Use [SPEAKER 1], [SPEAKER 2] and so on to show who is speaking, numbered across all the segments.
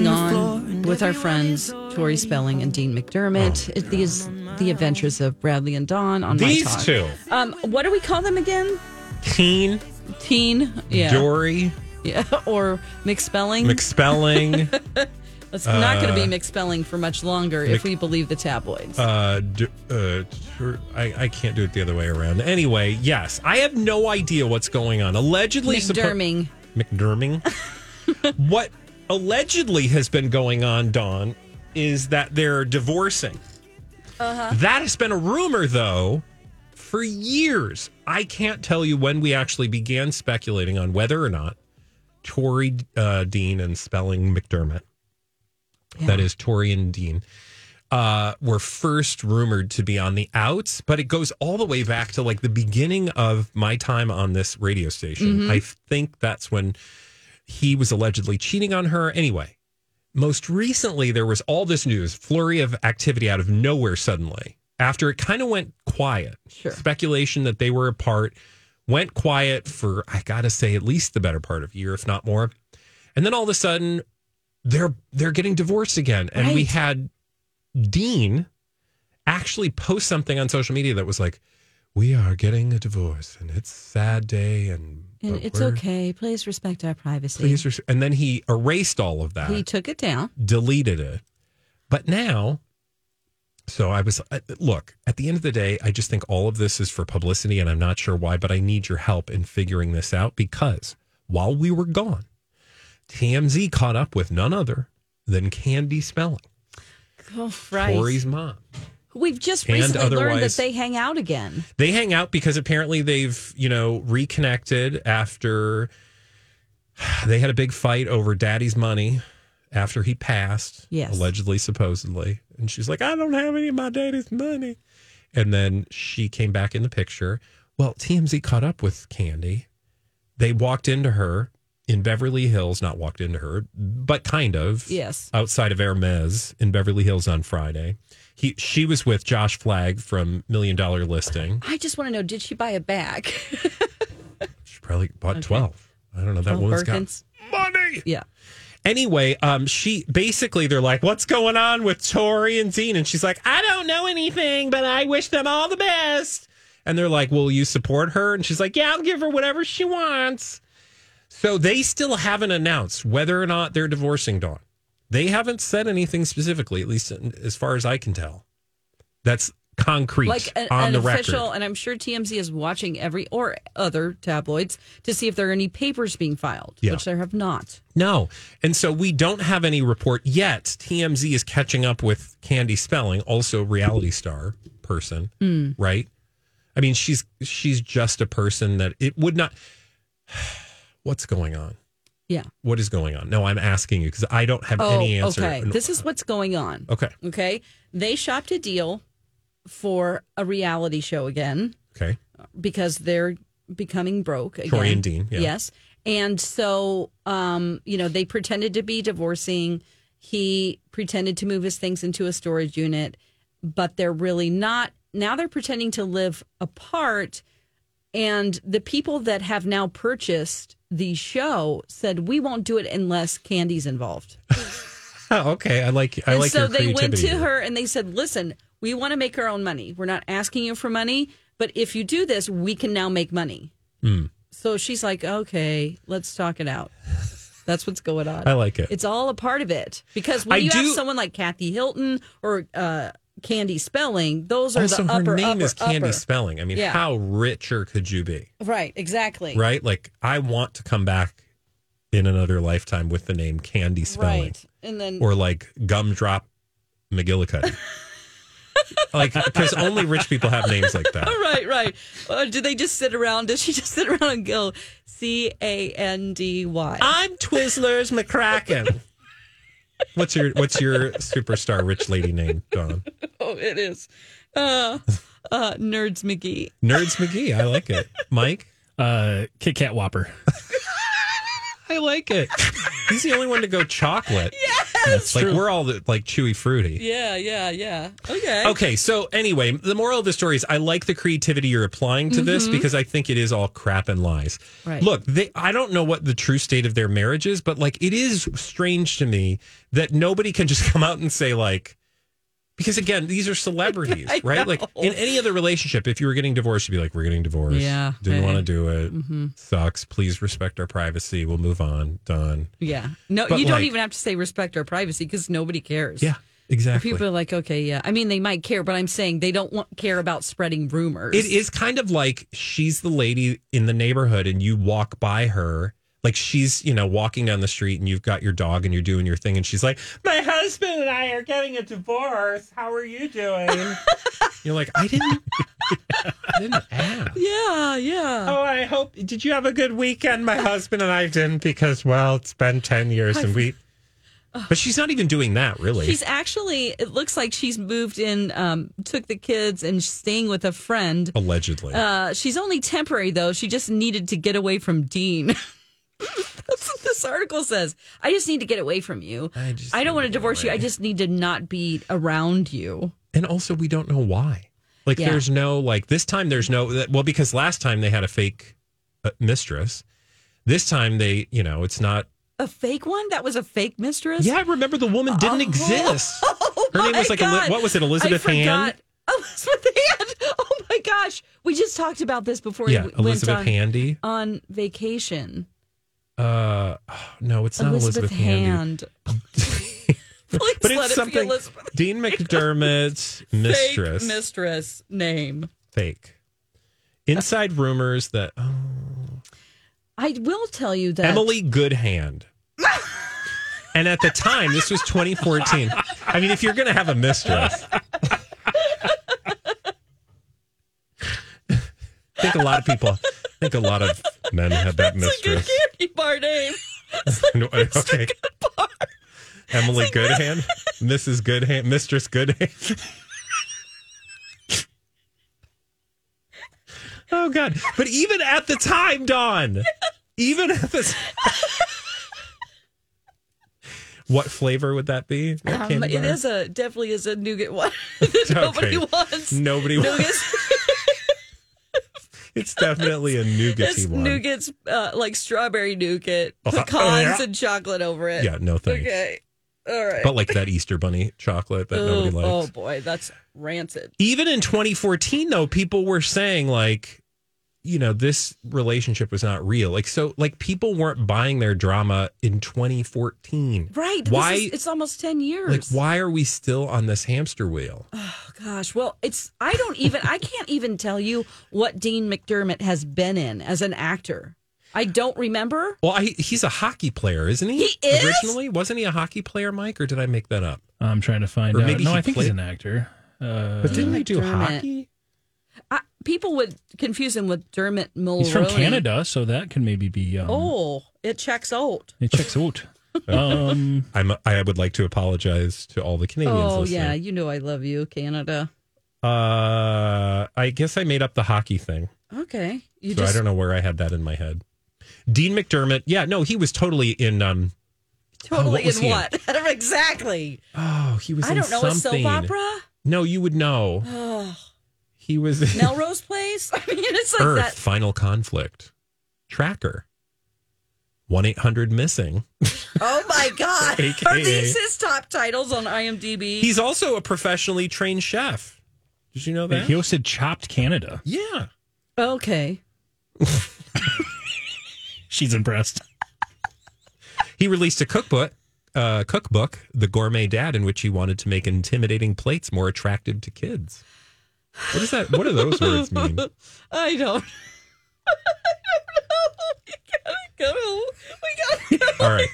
[SPEAKER 1] on with our friends Tori Spelling and Dean McDermott. It, these the adventures of Bradley and Dawn on
[SPEAKER 2] Oh. These
[SPEAKER 1] my talk.
[SPEAKER 2] two.
[SPEAKER 1] Um, what do we call them again?
[SPEAKER 2] Teen,
[SPEAKER 1] Teen, yeah,
[SPEAKER 2] Dory,
[SPEAKER 1] yeah, or McSpelling.
[SPEAKER 2] McSpelling,
[SPEAKER 1] it's not going to be McSpelling for much longer if we believe the tabloids.
[SPEAKER 2] uh, d- uh, tur- I, I can't do it the other way around. Anyway, yes, I have no idea what's going on. Allegedly, suppo-
[SPEAKER 1] McDerming.
[SPEAKER 2] McDerming. what allegedly has been going on, Dawn, is that they're divorcing.
[SPEAKER 1] Uh-huh.
[SPEAKER 2] That has been a rumor, though, for years. I can't tell you when we actually began speculating on whether or not Tory uh, Dean and Spelling McDermott, that is Tory and Dean, uh, were first rumored to be on the outs, but it goes all the way back to like the beginning of my time on this radio station. I think that's when he was allegedly cheating on her. Anyway, most recently, there was all this news, flurry of activity out of nowhere suddenly after it kind of went quiet.
[SPEAKER 1] Sure.
[SPEAKER 2] Speculation that they were apart went quiet for, I got to say, at least the better part of a year, if not more. And then all of a sudden, they're they're getting divorced again and we
[SPEAKER 1] Right.
[SPEAKER 2] had dean actually post something on social media that was like we are getting a divorce and it's a sad day and,
[SPEAKER 1] And
[SPEAKER 2] but
[SPEAKER 1] it's
[SPEAKER 2] we're-
[SPEAKER 1] okay. Please respect our privacy.
[SPEAKER 2] Uh, please res-" and then he erased all of that
[SPEAKER 1] he took it down.
[SPEAKER 2] deleted it. But now, so I was, I- look, at the end of the day, I just think all of this is for publicity and I'm not sure why, but I need your help in figuring this out because while we were gone, TMZ caught up with none other than Candy Spelling,
[SPEAKER 1] Oh,
[SPEAKER 2] Tori's mom.
[SPEAKER 1] We've just
[SPEAKER 2] And
[SPEAKER 1] recently learned that
[SPEAKER 2] otherwise-
[SPEAKER 1] they hang out again.
[SPEAKER 2] They hang out because apparently they've, you know, reconnected after they had a big fight over daddy's money after he passed.
[SPEAKER 1] Yes.
[SPEAKER 2] Allegedly, supposedly. And she's like, I don't have any of my daddy's money. And then she came back in the picture. Well, TMZ caught up with Candy. They walked into her in Beverly Hills, not walked into her, but kind of.
[SPEAKER 1] Yes.
[SPEAKER 2] Outside of Hermes in Beverly Hills on Friday. He, she was with Josh Flagg from Million Dollar Listing.
[SPEAKER 1] I just want to know: Did she buy a bag?
[SPEAKER 2] She probably bought 12. I don't know. That woman's
[SPEAKER 1] Birkins?
[SPEAKER 2] got money.
[SPEAKER 1] yeah.
[SPEAKER 2] Anyway, um, she basically, they're like, what's going on with Tori and Dean? And she's like, I don't know anything, but I wish them all the best. And they're like, will you support her? And she's like, yeah, I'll give her whatever she wants. So they still haven't announced whether or not they're divorcing Dawn. They haven't said anything specifically, at least in- as far as I can tell. That's concrete
[SPEAKER 1] like an,
[SPEAKER 2] on
[SPEAKER 1] an
[SPEAKER 2] the
[SPEAKER 1] official,
[SPEAKER 2] record.
[SPEAKER 1] and I'm sure TMZ is watching every or other tabloids to see if there are any papers being filed,
[SPEAKER 2] Yeah.
[SPEAKER 1] which there have not.
[SPEAKER 2] No. And so we don't have any report yet. TMZ is catching up with Candy Spelling, also reality star person,
[SPEAKER 1] Mm.
[SPEAKER 2] right? I mean, she's she's just a person that it would not What's going on?
[SPEAKER 1] Yeah.
[SPEAKER 2] What is going on? No, I'm asking you because I don't have
[SPEAKER 1] Oh,
[SPEAKER 2] any answer.
[SPEAKER 1] okay.
[SPEAKER 2] And-
[SPEAKER 1] This is what's going on.
[SPEAKER 2] okay.
[SPEAKER 1] Okay, they shopped a deal for a reality show again
[SPEAKER 2] Okay.
[SPEAKER 1] because they're becoming broke. Again.
[SPEAKER 2] Tori and Dean, yeah.
[SPEAKER 1] Yes, and so um, you know they pretended to be divorcing. He pretended to move his things into a storage unit, but they're really not. Now they're pretending to live apart. And the people that have now purchased the show said, "We won't do it unless Candy's involved."
[SPEAKER 2] Oh, okay. I like I
[SPEAKER 1] and
[SPEAKER 2] like
[SPEAKER 1] so
[SPEAKER 2] your
[SPEAKER 1] they went to
[SPEAKER 2] creativity here.
[SPEAKER 1] her and they said, "Listen, we want to make our own money. We're not asking you for money, but if you do this,
[SPEAKER 2] Hmm.
[SPEAKER 1] we can now make money." So she's like, "Okay, let's talk it out." That's what's going on.
[SPEAKER 2] I like it.
[SPEAKER 1] It's all a part of it because when
[SPEAKER 2] I
[SPEAKER 1] you have
[SPEAKER 2] do-
[SPEAKER 1] someone like Kathy Hilton or uh, Candy Spelling, those are
[SPEAKER 2] also,
[SPEAKER 1] the
[SPEAKER 2] her
[SPEAKER 1] upper
[SPEAKER 2] name
[SPEAKER 1] upper,
[SPEAKER 2] is Candy
[SPEAKER 1] upper.
[SPEAKER 2] Spelling. I mean,
[SPEAKER 1] Yeah.
[SPEAKER 2] how richer could you be,
[SPEAKER 1] Right, exactly.
[SPEAKER 2] right? Like, I want to come back in another lifetime with the name Candy Spelling
[SPEAKER 1] Right. And then
[SPEAKER 2] or like Gumdrop McGillicuddy. like, because only rich people have names like that.
[SPEAKER 1] right, right. Uh, do they just sit around? Does she just sit around and go C A N D Y?
[SPEAKER 2] I'm Twizzlers McCracken. what's your What's your superstar rich lady name, Dawn?
[SPEAKER 1] Oh, it is. Uh, uh, Nerds McGee.
[SPEAKER 2] Nerds McGee. I like it. Mike.
[SPEAKER 3] Uh, Kit Kat Whopper.
[SPEAKER 2] I like it. He's the only one to go chocolate. Yes, like we're all the, like chewy fruity.
[SPEAKER 1] Yeah, yeah, yeah. Okay.
[SPEAKER 2] Okay, so anyway, the moral of the story is I like the creativity you're applying to this because I think it is all crap and lies.
[SPEAKER 1] Mm-hmm. Right.
[SPEAKER 2] Look, they, I don't know what the true state of their marriage is, but like it is strange to me that nobody can just come out and say like because again, these are celebrities,
[SPEAKER 1] I
[SPEAKER 2] right? Like
[SPEAKER 1] know.
[SPEAKER 2] in any other relationship, if you were getting divorced, you'd be like, "We're getting divorced.
[SPEAKER 1] Yeah, hey.
[SPEAKER 2] didn't
[SPEAKER 1] Mm-hmm.
[SPEAKER 2] want to do it. Sucks. Please respect our privacy. We'll move on. Done.
[SPEAKER 1] Yeah. No,
[SPEAKER 2] But
[SPEAKER 1] you don't
[SPEAKER 2] like-
[SPEAKER 1] even have to say respect our privacy because nobody cares.
[SPEAKER 2] Yeah, exactly.
[SPEAKER 1] People are like, okay, yeah. I mean, they might care, but I'm saying they don't want, care about spreading rumors.
[SPEAKER 2] It is kind of like she's the lady in the neighborhood and you walk by her. Like she's, you know, walking down the street and you've got your dog and you're doing your thing and she's like, My husband and I are getting a divorce. How are you doing? you're like, I didn't I didn't ask.
[SPEAKER 1] Yeah, yeah.
[SPEAKER 2] Oh, I hope did you have a good weekend? My husband and I didn't because well, it's been ten years and we But she's not even doing that really.
[SPEAKER 1] She's actually, it looks like she's moved in, um, took the kids and staying with a friend.
[SPEAKER 2] allegedly.
[SPEAKER 1] Uh, she's only temporary, though. She just needed to get away from Dean. That's what this article says. I just need to get away from you. I,
[SPEAKER 2] just
[SPEAKER 1] don't want to divorce you. I just need to not be around you.
[SPEAKER 2] and also we don't know why like
[SPEAKER 1] Yeah.
[SPEAKER 2] there's no like this time there's no well because last time they had a fake uh, mistress this time they you know it's not
[SPEAKER 1] A fake one? That was a fake mistress?
[SPEAKER 2] yeah remember the woman didn't
[SPEAKER 1] Uh-huh.
[SPEAKER 2] exist
[SPEAKER 1] Oh
[SPEAKER 2] her name
[SPEAKER 1] my
[SPEAKER 2] was like Eli-
[SPEAKER 1] God.
[SPEAKER 2] what was it elizabeth
[SPEAKER 1] I forgot.
[SPEAKER 2] hand
[SPEAKER 1] Elizabeth Hand. Oh my gosh. We just talked about this before
[SPEAKER 2] yeah
[SPEAKER 1] we went
[SPEAKER 2] elizabeth
[SPEAKER 1] on,
[SPEAKER 2] handy
[SPEAKER 1] on vacation.
[SPEAKER 2] uh no it's not elizabeth,
[SPEAKER 1] Hand.
[SPEAKER 2] handy
[SPEAKER 1] Please
[SPEAKER 2] but
[SPEAKER 1] let
[SPEAKER 2] it's
[SPEAKER 1] it be
[SPEAKER 2] something
[SPEAKER 1] Elizabeth.
[SPEAKER 2] dean mcdermott's mistress
[SPEAKER 1] Fake mistress name.
[SPEAKER 2] fake inside rumors that oh,
[SPEAKER 1] I will tell you that
[SPEAKER 2] Emily Goodhand. and at the time, this was 2014. I mean, if you're going to have a mistress, I think a lot of people, I think a lot of men have that
[SPEAKER 1] It's like
[SPEAKER 2] mistress.
[SPEAKER 1] a candy bar name.
[SPEAKER 2] No, okay. Emily Goodhand, Mrs. Goodhand, Mistress Goodhand. oh God! But even at the time, Dawn, even at the time, what flavor would that be? That
[SPEAKER 1] Um,
[SPEAKER 2] candy
[SPEAKER 1] it
[SPEAKER 2] bar?
[SPEAKER 1] is a definitely is a nougat one that nobody
[SPEAKER 2] Okay.
[SPEAKER 1] wants.
[SPEAKER 2] Nobody.
[SPEAKER 1] Nougats,
[SPEAKER 2] It's definitely a nougaty
[SPEAKER 1] it's
[SPEAKER 2] one.
[SPEAKER 1] nougats uh, like strawberry nougat,
[SPEAKER 2] Oh,
[SPEAKER 1] pecans
[SPEAKER 2] yeah.
[SPEAKER 1] and chocolate over it.
[SPEAKER 2] Yeah, no thanks.
[SPEAKER 1] Okay. All right.
[SPEAKER 2] But like that Easter Bunny chocolate that
[SPEAKER 1] oh,
[SPEAKER 2] nobody likes.
[SPEAKER 1] oh boy, that's rancid.
[SPEAKER 2] even in 2014 though people were saying like you know this relationship was not real like so like people weren't buying their drama in 2014
[SPEAKER 1] Right. this
[SPEAKER 2] why
[SPEAKER 1] is- it's almost ten years. Oh,
[SPEAKER 2] like why are we still on this hamster wheel
[SPEAKER 1] Gosh, well, it's I don't even I can't even tell you what Dean McDermott has been in as an actor. I don't remember.
[SPEAKER 2] well I, he's a hockey player isn't he
[SPEAKER 1] He is?
[SPEAKER 2] originally wasn't he a hockey player mike or did i make that up
[SPEAKER 3] I'm trying to find
[SPEAKER 2] Or
[SPEAKER 3] out.
[SPEAKER 2] maybe
[SPEAKER 3] no,
[SPEAKER 2] he
[SPEAKER 3] I think
[SPEAKER 2] played-
[SPEAKER 3] he's an actor. Uh,
[SPEAKER 2] but didn't he do
[SPEAKER 1] McDermott.
[SPEAKER 2] hockey
[SPEAKER 1] I, people would confuse him with Dermot Mulroney.
[SPEAKER 3] he's from Canada, so that can maybe be. Um,
[SPEAKER 1] Oh, it checks out.
[SPEAKER 3] It checks out. um,
[SPEAKER 2] I'm, i would like to apologize to all the canadians
[SPEAKER 1] oh
[SPEAKER 2] listening
[SPEAKER 1] yeah, you know I love you, Canada.
[SPEAKER 2] uh i guess i made up the hockey thing
[SPEAKER 1] Okay, you
[SPEAKER 2] so I don't know where I had that in my head. Dean McDermott. Yeah, no, he was totally in. Um, Oh,
[SPEAKER 1] totally
[SPEAKER 2] what was
[SPEAKER 1] in
[SPEAKER 2] he in?
[SPEAKER 1] what exactly?
[SPEAKER 2] oh, he was.
[SPEAKER 1] I
[SPEAKER 2] in
[SPEAKER 1] don't know a soap
[SPEAKER 2] something.
[SPEAKER 1] opera.
[SPEAKER 2] No, you would know.
[SPEAKER 1] Oh,
[SPEAKER 2] He was in
[SPEAKER 1] Melrose Place. I mean, it's like
[SPEAKER 2] Earth
[SPEAKER 1] that.
[SPEAKER 2] Final Conflict Tracker. One eight hundred missing.
[SPEAKER 1] Oh my God! Are
[SPEAKER 2] AKA.
[SPEAKER 1] these his top titles on IMDb?
[SPEAKER 2] He's also a professionally trained chef. Did you know that?
[SPEAKER 3] he hosted Chopped Canada.
[SPEAKER 2] yeah.
[SPEAKER 1] okay.
[SPEAKER 3] She's impressed.
[SPEAKER 2] He released a cookbook, uh, cookbook, The Gourmet Dad, in which he wanted to make intimidating plates more attractive to kids. What is that? What do those words mean?
[SPEAKER 1] I don't. I don't know. We gotta go. We gotta go.
[SPEAKER 2] All right.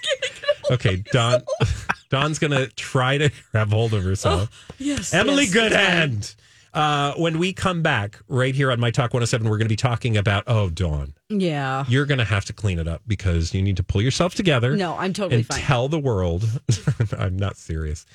[SPEAKER 2] Okay, Don. Don's gonna try to grab hold of herself.
[SPEAKER 1] Oh, Yes.
[SPEAKER 2] Emily
[SPEAKER 1] yes,
[SPEAKER 2] Goodhand. Uh, when we come back right here on My Talk 107, we're going to be talking about, oh, Dawn,
[SPEAKER 1] Yeah.
[SPEAKER 2] you're going to have to clean it up because you need to pull yourself together.
[SPEAKER 1] No, I'm totally
[SPEAKER 2] and
[SPEAKER 1] fine.
[SPEAKER 2] tell the world. I'm not serious.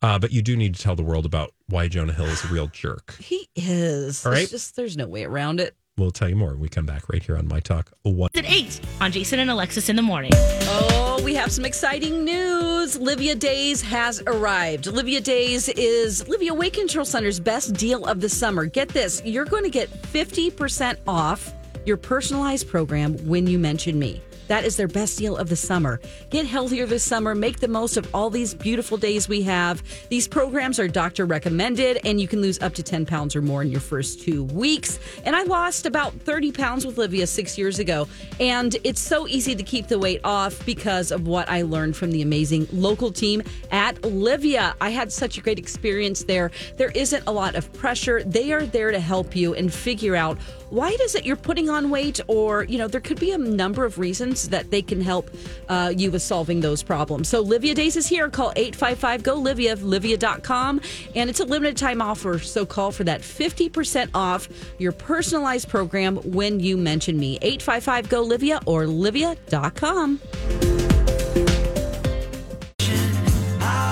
[SPEAKER 2] Uh, but you do need to tell the world about why Jonah Hill is a real jerk.
[SPEAKER 1] he is.
[SPEAKER 2] All right.
[SPEAKER 1] It's just there's no way around it.
[SPEAKER 2] We'll tell you more when we come back right here on My Talk 1.
[SPEAKER 4] at 8 on Jason and Alexis in the morning.
[SPEAKER 1] Oh, we have some exciting news. Livia Days has arrived. Livia Days is Livia Weight Control Center's best deal of the summer. Get this you're going to get 50% off your personalized program when you mention me. That is their best deal of the summer. Get healthier this summer. Make the most of all these beautiful days we have. These programs are doctor recommended, and you can lose up to 10 pounds or more in your first two weeks. And I lost about 30 pounds with Livia six years ago. And it's so easy to keep the weight off because of what I learned from the amazing local team at Livia. I had such a great experience there. There isn't a lot of pressure. They are there to help you and figure out why it is that you're putting on weight or you know there could be a number of reasons that they can help uh, you with solving those problems so livia days is here call 855 go livia livia.com and it's a limited time offer so call for that 50% off your personalized program when you mention me 855 go livia or livia.com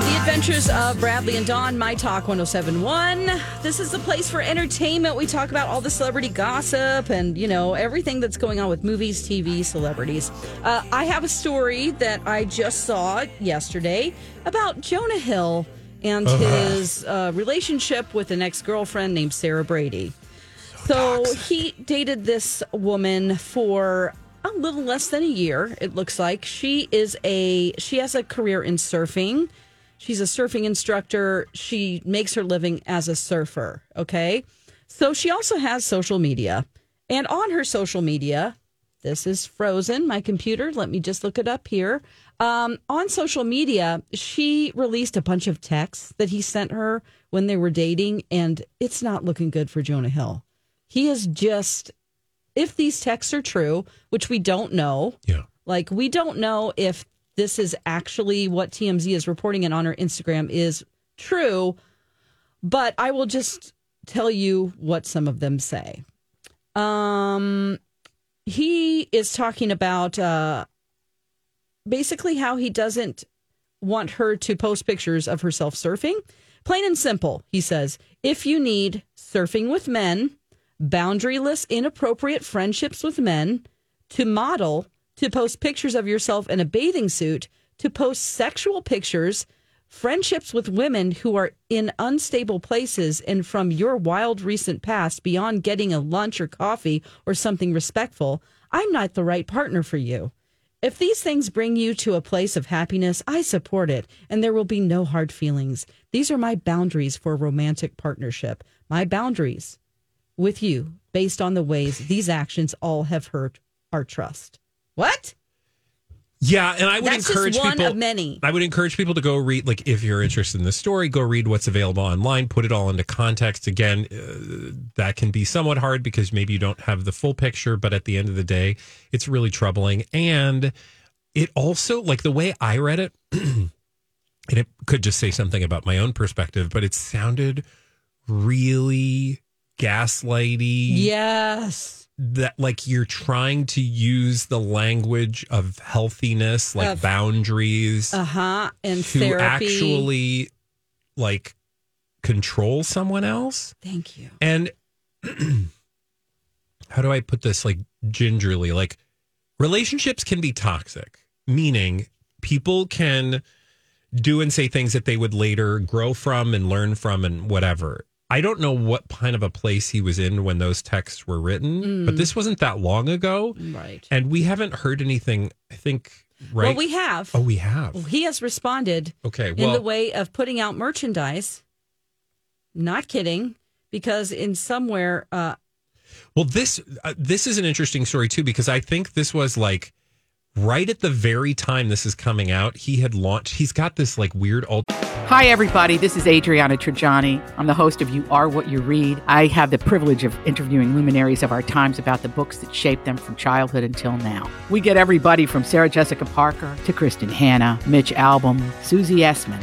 [SPEAKER 1] The Adventures of Bradley and Dawn, My Talk 1071. This is the place for entertainment. We talk about all the celebrity gossip and, you know, everything that's going on with movies, TV, celebrities. Uh, I have a story that I just saw yesterday about Jonah Hill and his uh, relationship with an ex girlfriend named Sarah Brady. So he dated this woman for a little less than a year. It looks like she is a she has a career in surfing. She's a surfing instructor. She makes her living as a surfer. Okay, so she also has social media, and on her social media, this is frozen. My computer. Let me just look it up here. Um, on social media, she released a bunch of texts that he sent her when they were dating, and it's not looking good for Jonah Hill. He is just if these texts are true, which we don't know,
[SPEAKER 2] Yeah.
[SPEAKER 1] like we don't know if this is actually what TMZ is reporting and on her Instagram is true, but I will just tell you what some of them say. Um, he is talking about uh, basically how he doesn't want her to post pictures of herself surfing. Plain and simple, he says, if you need surfing with men, boundaryless, inappropriate friendships with men, to model, to post pictures of yourself in a bathing suit, to post sexual pictures, friendships with women who are in unstable places and from your wild recent past beyond getting a lunch or coffee or something respectful, I'm not the right partner for you. If these things bring you to a place of happiness, I support it, and there will be no hard feelings. These are my boundaries for romantic partnership. My boundaries with you based on the ways these actions all have hurt our trust. What?
[SPEAKER 2] Yeah, and I would
[SPEAKER 1] That's just
[SPEAKER 2] encourage
[SPEAKER 1] one
[SPEAKER 2] people.
[SPEAKER 1] of many.
[SPEAKER 2] I would encourage people to go read. Like, if you're interested in the story, go read what's available online. Put it all into context. Again, uh, that can be somewhat hard because maybe you don't have the full picture. But at the end of the day, it's really troubling. And it also, like the way I read it, and it could just say something about my own perspective, but it sounded really gaslighty
[SPEAKER 1] Yes.
[SPEAKER 2] that like you're trying to use the language of healthiness like
[SPEAKER 1] Of-
[SPEAKER 2] boundaries
[SPEAKER 1] Uh huh. And
[SPEAKER 2] to
[SPEAKER 1] therapy.
[SPEAKER 2] actually like control someone else
[SPEAKER 1] Thank you.
[SPEAKER 2] and how do i put this like gingerly like relationships can be toxic meaning people can do and say things that they would later grow from and learn from and whatever. I don't know what kind of a place he was in when those texts were written,
[SPEAKER 1] Mm.
[SPEAKER 2] but this wasn't that long ago.
[SPEAKER 1] Right.
[SPEAKER 2] And we haven't heard anything, I think, right?
[SPEAKER 1] Well, we have.
[SPEAKER 2] Oh, we have.
[SPEAKER 1] He has responded
[SPEAKER 2] Okay.
[SPEAKER 1] in
[SPEAKER 2] Well,
[SPEAKER 1] the way of putting out merchandise. Not kidding, because in somewhere, uh,
[SPEAKER 2] well this uh, this is an interesting story too because I think this was like right at the very time this is coming out, he had launched. He's got this like weird alt.
[SPEAKER 5] Hi, everybody. This is Adriana Trajani. I'm the host of You Are What You Read. I have the privilege of interviewing luminaries of our times about the books that shaped them from childhood until now. We get everybody from Sarah Jessica Parker to Kristen Hanna, Mitch Albom, Susie Essman,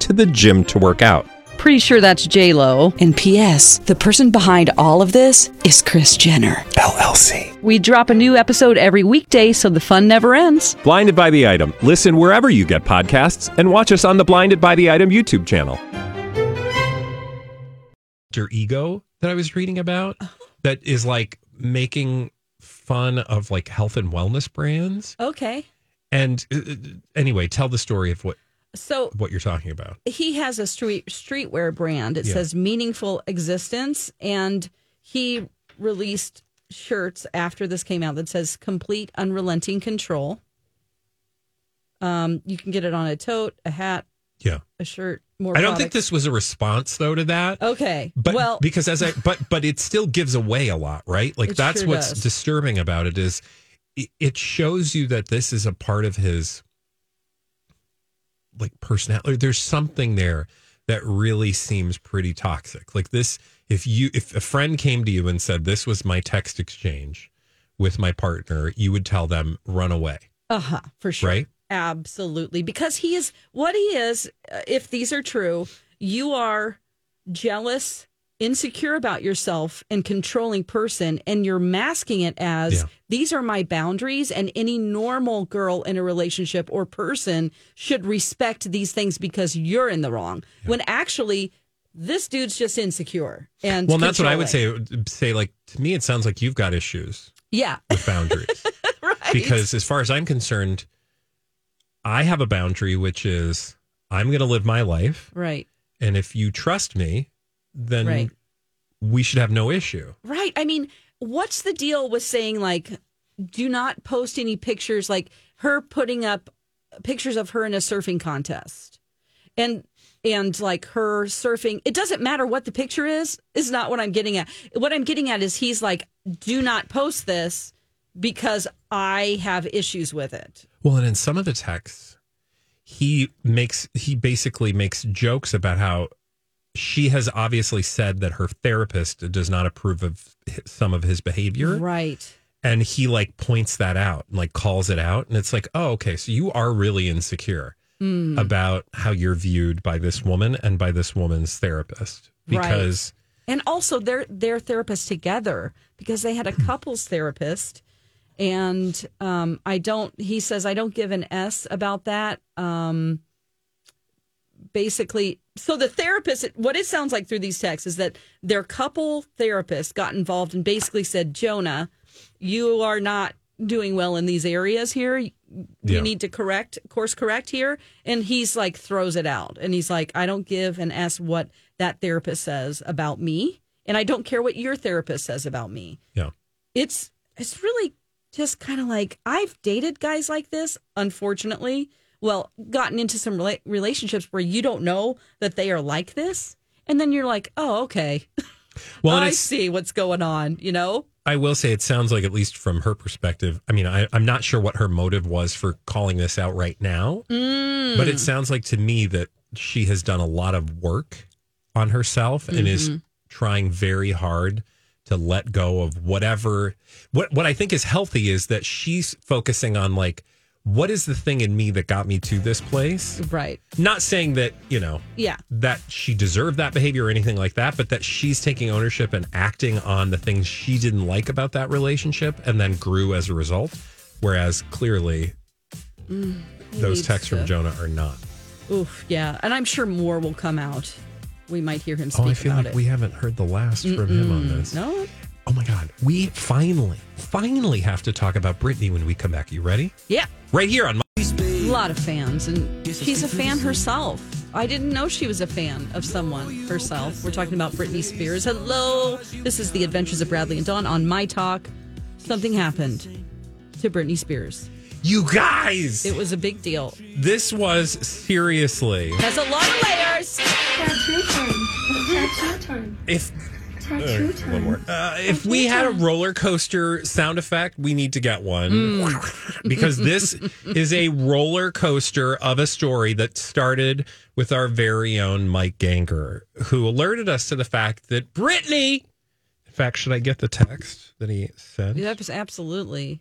[SPEAKER 2] to the gym to work out.
[SPEAKER 1] Pretty sure that's J Lo.
[SPEAKER 6] And P.S. The person behind all of this is Chris Jenner.
[SPEAKER 2] LLC.
[SPEAKER 1] We drop a new episode every weekday, so the fun never ends.
[SPEAKER 2] Blinded by the Item. Listen wherever you get podcasts and watch us on the Blinded by the Item YouTube channel. Your ego that I was reading about that is like making fun of like health and wellness brands.
[SPEAKER 1] Okay.
[SPEAKER 2] And uh, uh, anyway, tell the story of what
[SPEAKER 1] So
[SPEAKER 2] what you're talking about.
[SPEAKER 1] he has a street streetwear brand. It
[SPEAKER 2] Yeah.
[SPEAKER 1] says meaningful existence, and he released shirts after this came out that says complete unrelenting control. Um, you can get it on a tote, a hat,
[SPEAKER 2] Yeah.
[SPEAKER 1] a shirt. More.
[SPEAKER 2] I don't think
[SPEAKER 1] products.
[SPEAKER 2] this was a response though to that.
[SPEAKER 1] Okay.
[SPEAKER 2] But
[SPEAKER 1] well,
[SPEAKER 2] because as I but but it still gives away a lot, right? Like
[SPEAKER 1] It
[SPEAKER 2] that's
[SPEAKER 1] sure
[SPEAKER 2] what's
[SPEAKER 1] does.
[SPEAKER 2] disturbing about it is it, it shows you that this is a part of his like personality. There's something there that really seems pretty toxic. Like this if you if a friend came to you and said this was my text exchange with my partner, you would tell them run away,
[SPEAKER 1] uh huh, for sure.
[SPEAKER 2] right?
[SPEAKER 1] Absolutely. Because he is what he is, uh, if these are true, you are jealous, insecure about yourself, and controlling person, and you're masking it as
[SPEAKER 2] Yeah.
[SPEAKER 1] these are my boundaries, and any normal girl in a relationship or person should respect these things because you're in the wrong. When actually, this dude's just insecure. And
[SPEAKER 2] Well, that's what I would
[SPEAKER 1] controlling.
[SPEAKER 2] say say like to me it sounds like you've got issues
[SPEAKER 1] Yeah.
[SPEAKER 2] with boundaries.
[SPEAKER 1] right.
[SPEAKER 2] because as far as I'm concerned, I have a boundary, which is I'm going to live my life,
[SPEAKER 1] Right.
[SPEAKER 2] and if you trust me, then
[SPEAKER 1] Right.
[SPEAKER 2] we should have no issue.
[SPEAKER 1] Right. I mean, what's the deal with saying like do not post any pictures like her putting up pictures of her in a surfing contest. And and like her surfing, it doesn't matter what the picture is, is not what I'm getting at. What I'm getting at is he's like do not post this because I have issues with it.
[SPEAKER 2] Well, and in some of the texts, he makes he basically makes jokes about how she has obviously said that her therapist does not approve of hi- some of his behavior.
[SPEAKER 1] Right.
[SPEAKER 2] and he like points that out and like calls it out and it's like oh okay so you are really insecure
[SPEAKER 1] Hmm.
[SPEAKER 2] about how you're viewed by this woman and by this woman's therapist
[SPEAKER 1] Right.
[SPEAKER 2] because
[SPEAKER 1] and also their their therapist together because they had a couples therapist and um i don't he says i don't give an s about that um basically so the therapist what it sounds like through these texts is that their couple therapist got involved and basically said jonah you are not doing well in these areas here we
[SPEAKER 2] Yeah.
[SPEAKER 1] need to correct course correct here and he's like throws it out and he's like i don't give an s what that therapist says about me and i don't care what your therapist says about me
[SPEAKER 2] yeah
[SPEAKER 1] it's it's really just kind of like I've dated guys like this, unfortunately. Well, gotten into some rela- relationships where you don't know that they are like this, and then you're like, oh, okay,
[SPEAKER 2] well and
[SPEAKER 1] I
[SPEAKER 2] it's,
[SPEAKER 1] see what's going on. You know,
[SPEAKER 2] i will say it sounds like at least from her perspective i mean I, i'm not sure what her motive was for calling this out right now but it sounds like to me that she has done a lot of work on herself and is trying very hard to let go of whatever what what I think is healthy is that she's focusing on like what is the thing in me that got me to this place
[SPEAKER 1] right?
[SPEAKER 2] not saying that you know
[SPEAKER 1] Yeah,
[SPEAKER 2] that she deserved that behavior or anything like that but that she's taking ownership and acting on the things she didn't like about that relationship and then grew as a result whereas clearly those
[SPEAKER 1] needs
[SPEAKER 2] texts
[SPEAKER 1] to-
[SPEAKER 2] from Jonah are not
[SPEAKER 1] oof, yeah, and I'm sure more will come out. We might hear him speak
[SPEAKER 2] Oh, I feel
[SPEAKER 1] about
[SPEAKER 2] like
[SPEAKER 1] it.
[SPEAKER 2] we haven't heard the last from him on this. Oh
[SPEAKER 1] no,
[SPEAKER 2] my God, we finally, finally have to talk about Britney when we come back. You ready?
[SPEAKER 1] Yeah.
[SPEAKER 2] Right here on my.
[SPEAKER 1] A lot of fans, and she's a fan herself. I didn't know she was a fan of someone herself. We're talking about Britney Spears. Hello, this is the Adventures of Bradley and Dawn on My Talk. Something happened to Britney Spears.
[SPEAKER 2] You guys!
[SPEAKER 1] It was a big deal.
[SPEAKER 2] this was seriously.
[SPEAKER 1] Has a lot of layers.
[SPEAKER 7] Tattoo time. Tattoo time.
[SPEAKER 2] If.
[SPEAKER 7] Tattoo time.
[SPEAKER 2] One more. Uh, if we had a roller coaster sound effect, we need to get one
[SPEAKER 1] Mm.
[SPEAKER 2] because this is a roller coaster of a story that started with our very own Mike Ganker, who alerted us to the fact that Brittany. In fact, should I get the text that he sent?
[SPEAKER 1] Yep, absolutely.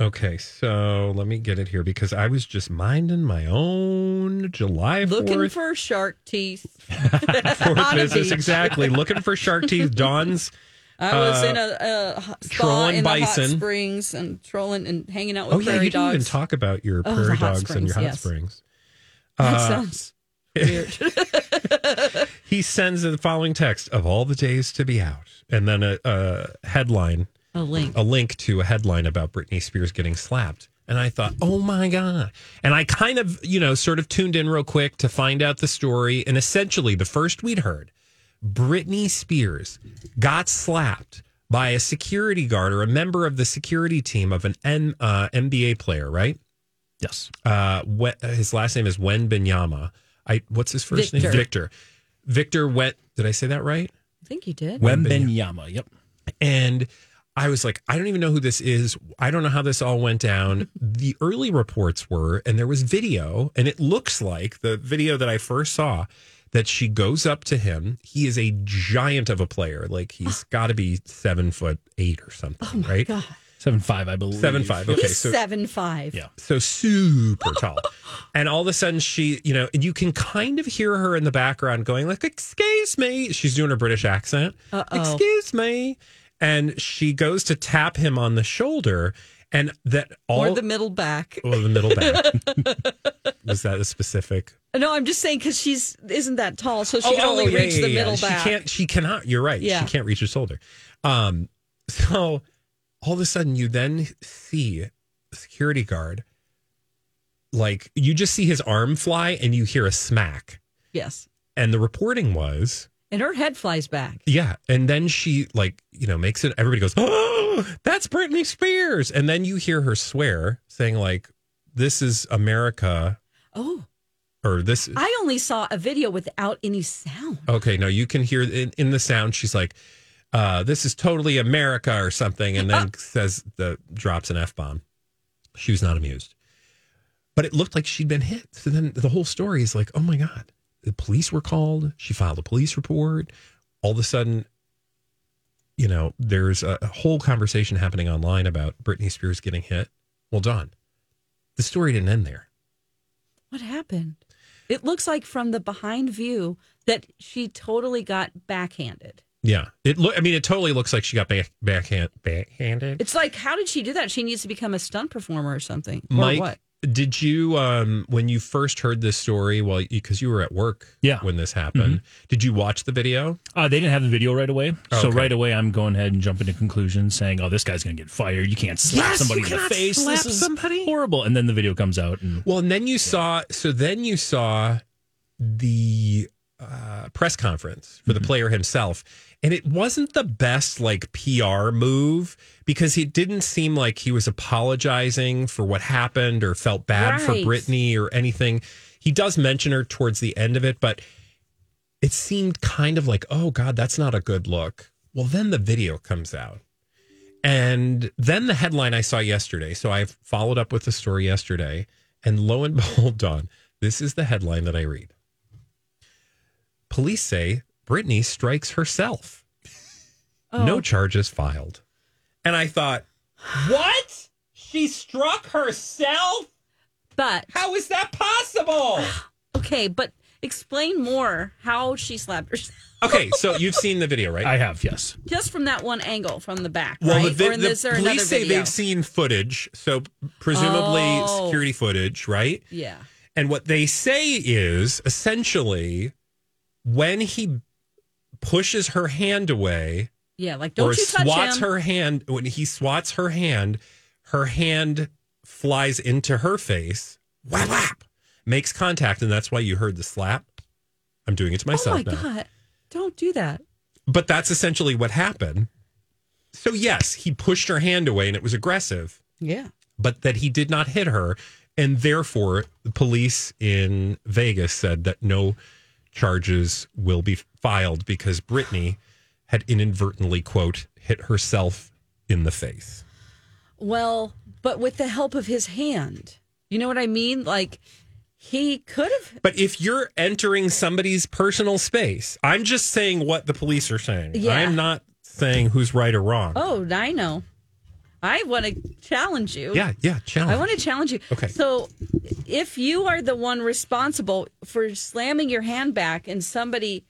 [SPEAKER 2] Okay, so let me get it here because I was just minding my own July
[SPEAKER 1] Looking
[SPEAKER 2] 4th
[SPEAKER 1] for shark teeth.
[SPEAKER 2] for
[SPEAKER 1] on a
[SPEAKER 2] business.
[SPEAKER 1] beach.
[SPEAKER 2] Exactly. Looking for shark teeth. Dawn's
[SPEAKER 1] I was
[SPEAKER 2] Uh,
[SPEAKER 1] in a, a h- spa
[SPEAKER 2] trolling
[SPEAKER 1] in the
[SPEAKER 2] bison.
[SPEAKER 1] hot springs and trolling and hanging out with
[SPEAKER 2] Oh yeah,
[SPEAKER 1] prairie
[SPEAKER 2] you didn't
[SPEAKER 1] dogs.
[SPEAKER 2] even talk about your
[SPEAKER 1] Oh, the
[SPEAKER 2] prairie
[SPEAKER 1] hot
[SPEAKER 2] dogs and
[SPEAKER 1] springs,
[SPEAKER 2] your hot
[SPEAKER 1] yes.
[SPEAKER 2] springs.
[SPEAKER 1] that
[SPEAKER 2] Uh,
[SPEAKER 1] sounds weird.
[SPEAKER 2] He sends the following text of all the days to be out, and then a, a headline,
[SPEAKER 1] a link.
[SPEAKER 2] a link to a headline about Britney Spears getting slapped. And I thought, oh my god! And I kind of, you know, sort of tuned in real quick to find out the story. And essentially, the first we'd heard, Britney Spears got slapped by a security guard or a member of the security team of an N, uh, NBA player, right?
[SPEAKER 3] Yes.
[SPEAKER 2] uh, we- his last name is Wen Benyama. I what's his first name?
[SPEAKER 1] Victor.
[SPEAKER 2] Victor. Victor Wet. Did I say that right?
[SPEAKER 1] I think you did.
[SPEAKER 3] Wembenyama. Yep.
[SPEAKER 2] And I was like, I don't even know who this is. I don't know how this all went down. the early reports were, and there was video, and it looks like the video that I first saw that she goes up to him. He is a giant of a player. Like he's got to be seven foot eight or something, right?
[SPEAKER 3] Seven five, I believe.
[SPEAKER 2] Seven five. Okay,
[SPEAKER 1] He's seven five.
[SPEAKER 3] Yeah.
[SPEAKER 2] so super tall. And all of a sudden, she, you know, and you can kind of hear her in the background going like, "Excuse me," she's doing her British accent.
[SPEAKER 1] Uh-oh.
[SPEAKER 2] Excuse me, and she goes to tap him on the shoulder, and that all
[SPEAKER 1] Or the middle back.
[SPEAKER 2] well, the middle back was that a specific?
[SPEAKER 1] No, I'm just saying because she's isn't that tall, so she can only
[SPEAKER 2] Oh, yeah,
[SPEAKER 1] reach
[SPEAKER 2] yeah,
[SPEAKER 1] the
[SPEAKER 2] yeah.
[SPEAKER 1] middle
[SPEAKER 2] she
[SPEAKER 1] back.
[SPEAKER 2] can't. She cannot. You're right.
[SPEAKER 1] Yeah.
[SPEAKER 2] She can't reach his shoulder. Um. So all of a sudden, you then see the security guard. Like you just see his arm fly, and you hear a smack.
[SPEAKER 1] Yes,
[SPEAKER 2] And the reporting was,
[SPEAKER 1] and her head flies back.
[SPEAKER 2] yeah. And then she like you know makes it. Everybody goes, oh, that's Britney Spears. And then you hear her swear, saying like, "This is America,"
[SPEAKER 1] Oh,
[SPEAKER 2] or "This."
[SPEAKER 1] I only saw a video without any sound.
[SPEAKER 2] Okay, no, you can hear in, in the sound. She's like, uh, "This is totally America" or something, and then says the drops an f bomb. She was not amused, but it looked like she'd been hit. So then the whole story is like, "Oh my god!" The police were called. She filed a police report. All of a sudden, you know, there's a, a whole conversation happening online about Britney Spears getting hit. Well, Don, the story didn't end there.
[SPEAKER 1] What happened? It looks like from the behind view that she totally got backhanded.
[SPEAKER 2] Yeah, it. Lo- I mean, it totally looks like she got back backhand backhanded.
[SPEAKER 1] It's like, how did she do that? She needs to become a stunt performer or something.
[SPEAKER 2] Mike,
[SPEAKER 1] or what?
[SPEAKER 2] did you um when you first heard this story? Well, because you were at work,
[SPEAKER 3] Yeah.
[SPEAKER 2] when this happened,
[SPEAKER 1] Mm-hmm.
[SPEAKER 2] did you watch the video?
[SPEAKER 3] Uh, they didn't have the video right away,
[SPEAKER 2] Okay.
[SPEAKER 3] so right away I'm going ahead and jumping to conclusions, saying, "Oh, this guy's going to get fired. You can't slap
[SPEAKER 2] Yes,
[SPEAKER 3] somebody
[SPEAKER 2] you
[SPEAKER 3] in the
[SPEAKER 2] cannot
[SPEAKER 3] face.
[SPEAKER 2] slap
[SPEAKER 3] this is
[SPEAKER 2] somebody."
[SPEAKER 3] horrible." And then the video comes out, and
[SPEAKER 2] Well, and then you saw. So then you saw the uh, press conference for the player himself, and it wasn't the best like PR move because it didn't seem like he was apologizing for what happened or felt bad for
[SPEAKER 1] Right.
[SPEAKER 2] Brittany or anything. He does mention her towards the end of it, but it seemed kind of like, oh God, that's not a good look. Well, then the video comes out. And then the headline I saw yesterday. So I followed up with the story yesterday. And lo and behold, Don, this is the headline that I read. Police say Britney strikes herself.
[SPEAKER 1] Oh.
[SPEAKER 2] No charges filed. And I thought, what? She struck herself?
[SPEAKER 1] But
[SPEAKER 2] How is that possible?
[SPEAKER 1] okay, but explain more how she slapped herself
[SPEAKER 2] Okay, so you've seen the video, right?
[SPEAKER 3] I have yes.
[SPEAKER 1] just from that one angle from the back.
[SPEAKER 2] Well,
[SPEAKER 1] right?
[SPEAKER 2] the,
[SPEAKER 1] or
[SPEAKER 2] vi-
[SPEAKER 1] is
[SPEAKER 2] the
[SPEAKER 1] there another
[SPEAKER 2] police say
[SPEAKER 1] video?
[SPEAKER 2] they've seen footage, so presumably
[SPEAKER 1] Oh.
[SPEAKER 2] security footage, right?
[SPEAKER 1] Yeah.
[SPEAKER 2] And what they say is essentially when he pushes her hand away,
[SPEAKER 1] Yeah, like don't
[SPEAKER 2] or
[SPEAKER 1] you touch
[SPEAKER 2] swats
[SPEAKER 1] him.
[SPEAKER 2] her hand when he swats her hand, her hand flies into her face, whap, whap, makes contact, and that's why you heard the slap. I'm doing it to
[SPEAKER 1] oh
[SPEAKER 2] myself
[SPEAKER 1] my
[SPEAKER 2] now.
[SPEAKER 1] god, don't do that.
[SPEAKER 2] But that's essentially what happened. So yes, he pushed her hand away and it was aggressive,
[SPEAKER 1] Yeah.
[SPEAKER 2] but that he did not hit her, and therefore the police in Vegas said that no charges will be filed because Brittany had inadvertently quote hit herself in the face.
[SPEAKER 1] Well, but with the help of his hand. You know what I mean? Like he could have
[SPEAKER 2] But if you're entering somebody's personal space, I'm just saying what the police are saying.
[SPEAKER 1] Yeah.
[SPEAKER 2] I'm not saying who's right or wrong.
[SPEAKER 1] Oh, I know. I want to challenge you.
[SPEAKER 2] Yeah, yeah, challenge.
[SPEAKER 1] I want to challenge you.
[SPEAKER 2] Oh. Okay.
[SPEAKER 1] So, if you are the one responsible for slamming your hand back and somebody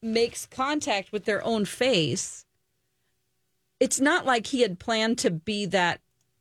[SPEAKER 1] makes contact with their own face, it's not like he had planned to be that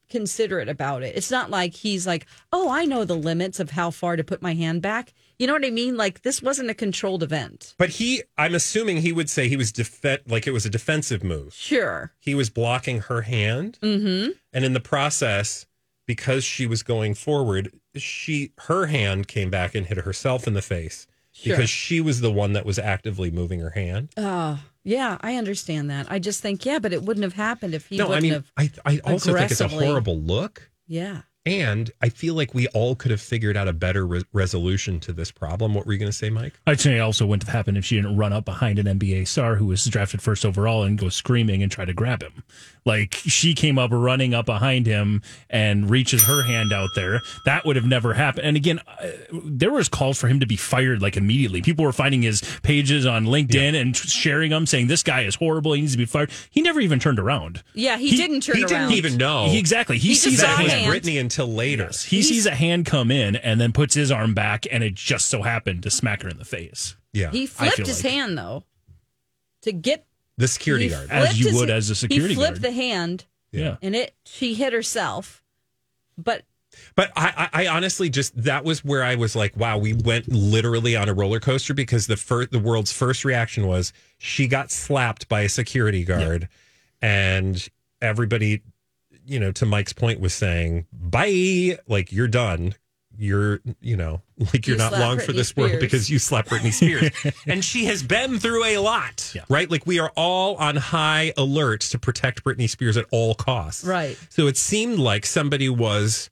[SPEAKER 1] considerate about it. It's not like he's like, oh, I know the limits of how far to put my hand back. You know what I mean? Like, this wasn't a controlled event.
[SPEAKER 2] But he, I'm assuming he would say he was defe- like it was a defensive move.
[SPEAKER 1] Sure.
[SPEAKER 2] He was blocking her hand,
[SPEAKER 1] Mm hmm.
[SPEAKER 2] and in the process, because she was going forward, she her hand came back and hit herself in the face
[SPEAKER 1] Sure.
[SPEAKER 2] because she was the one that was actively moving her hand.
[SPEAKER 1] Oh, yeah, I understand that. I just think, yeah, but it wouldn't have happened if he
[SPEAKER 2] no,
[SPEAKER 1] wouldn't
[SPEAKER 2] I mean,
[SPEAKER 1] have.
[SPEAKER 2] I, I also think it's a
[SPEAKER 1] aggressively-
[SPEAKER 2] horrible look.
[SPEAKER 1] Yeah.
[SPEAKER 2] And I feel like we all could have figured out a better re- resolution to this problem. What were you going to say, Mike?
[SPEAKER 3] I'd say it also wouldn't have happened if she didn't run up behind an NBA star who was drafted first overall and go screaming and try to grab him. Like she came up running up behind him and reaches her hand out there. That would have never happened. And again, uh, there was calls for him to be fired like immediately. People were finding his pages on LinkedIn and sharing them, saying this guy is horrible. He needs to be fired. He never even turned around.
[SPEAKER 1] Yeah, he,
[SPEAKER 3] He-
[SPEAKER 1] didn't turn
[SPEAKER 2] he
[SPEAKER 1] around.
[SPEAKER 2] didn't even know
[SPEAKER 3] He, exactly. He,
[SPEAKER 1] He Oh. just
[SPEAKER 3] sees
[SPEAKER 1] saw
[SPEAKER 3] that
[SPEAKER 2] that
[SPEAKER 3] his
[SPEAKER 2] was
[SPEAKER 1] hand.
[SPEAKER 2] Brittany until later.
[SPEAKER 3] He sees a hand come in and then puts his arm back, and it just so happened to smack her in the face.
[SPEAKER 2] Yeah,
[SPEAKER 1] He flipped
[SPEAKER 3] feel
[SPEAKER 1] his
[SPEAKER 3] like-
[SPEAKER 1] hand though to get
[SPEAKER 2] the security
[SPEAKER 1] he
[SPEAKER 2] guard.
[SPEAKER 3] As
[SPEAKER 1] flipped
[SPEAKER 3] you
[SPEAKER 1] his-
[SPEAKER 3] would as a security
[SPEAKER 1] He flipped
[SPEAKER 3] guard.
[SPEAKER 1] the hand
[SPEAKER 3] Yeah.
[SPEAKER 1] and it she hit herself, but
[SPEAKER 2] But I, I, I honestly just that was where I was like, wow, we went literally on a roller coaster because the first, the world's first reaction was she got slapped by a security guard, and everybody, you know, to Mike's point, was saying, "Bye, like you're done." You're, you know, like you're
[SPEAKER 1] You
[SPEAKER 2] not
[SPEAKER 1] slapped
[SPEAKER 2] long for
[SPEAKER 1] Britney
[SPEAKER 2] this world
[SPEAKER 1] Spears.
[SPEAKER 2] because you slapped Britney Spears. and she has been through a lot,
[SPEAKER 3] Yeah.
[SPEAKER 2] right? Like we are all on high alert to protect Britney Spears at all costs.
[SPEAKER 1] right.
[SPEAKER 2] So it seemed like somebody was,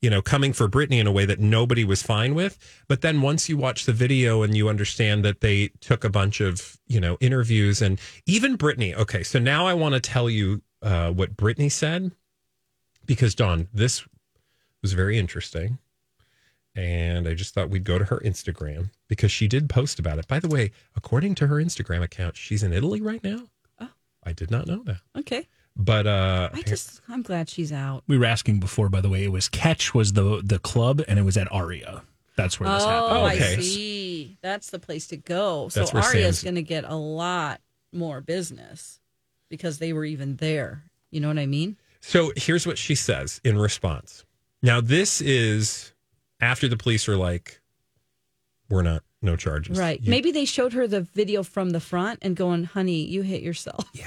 [SPEAKER 2] you know, coming for Britney in a way that nobody was fine with. But then once you watch the video and you understand that they took a bunch of, you know, interviews and even Britney. Okay, so now I want to tell you uh, what Britney said because Don, this was very interesting. And I just thought we'd go to her Instagram because she did post about it. By the way, according to her Instagram account, she's in Italy right now.
[SPEAKER 1] Oh.
[SPEAKER 2] I did not know that.
[SPEAKER 1] Okay.
[SPEAKER 2] But uh
[SPEAKER 1] I just I'm glad she's out.
[SPEAKER 3] We were asking before, by the way, it was Catch was the the club, and it was at Aria. That's where this happened.
[SPEAKER 1] Oh,
[SPEAKER 2] Okay.
[SPEAKER 1] I see. That's the place to go. So
[SPEAKER 2] That's where
[SPEAKER 1] Aria's
[SPEAKER 2] Sam's-
[SPEAKER 1] going to get a lot more business because they were even there. You know what I mean?
[SPEAKER 2] So here's what she says in response. Now, this is after the police are like, we're not, no charges.
[SPEAKER 1] Right.
[SPEAKER 2] You-
[SPEAKER 1] Maybe they showed her the video from the front and going, honey, you hit yourself.
[SPEAKER 2] Yeah.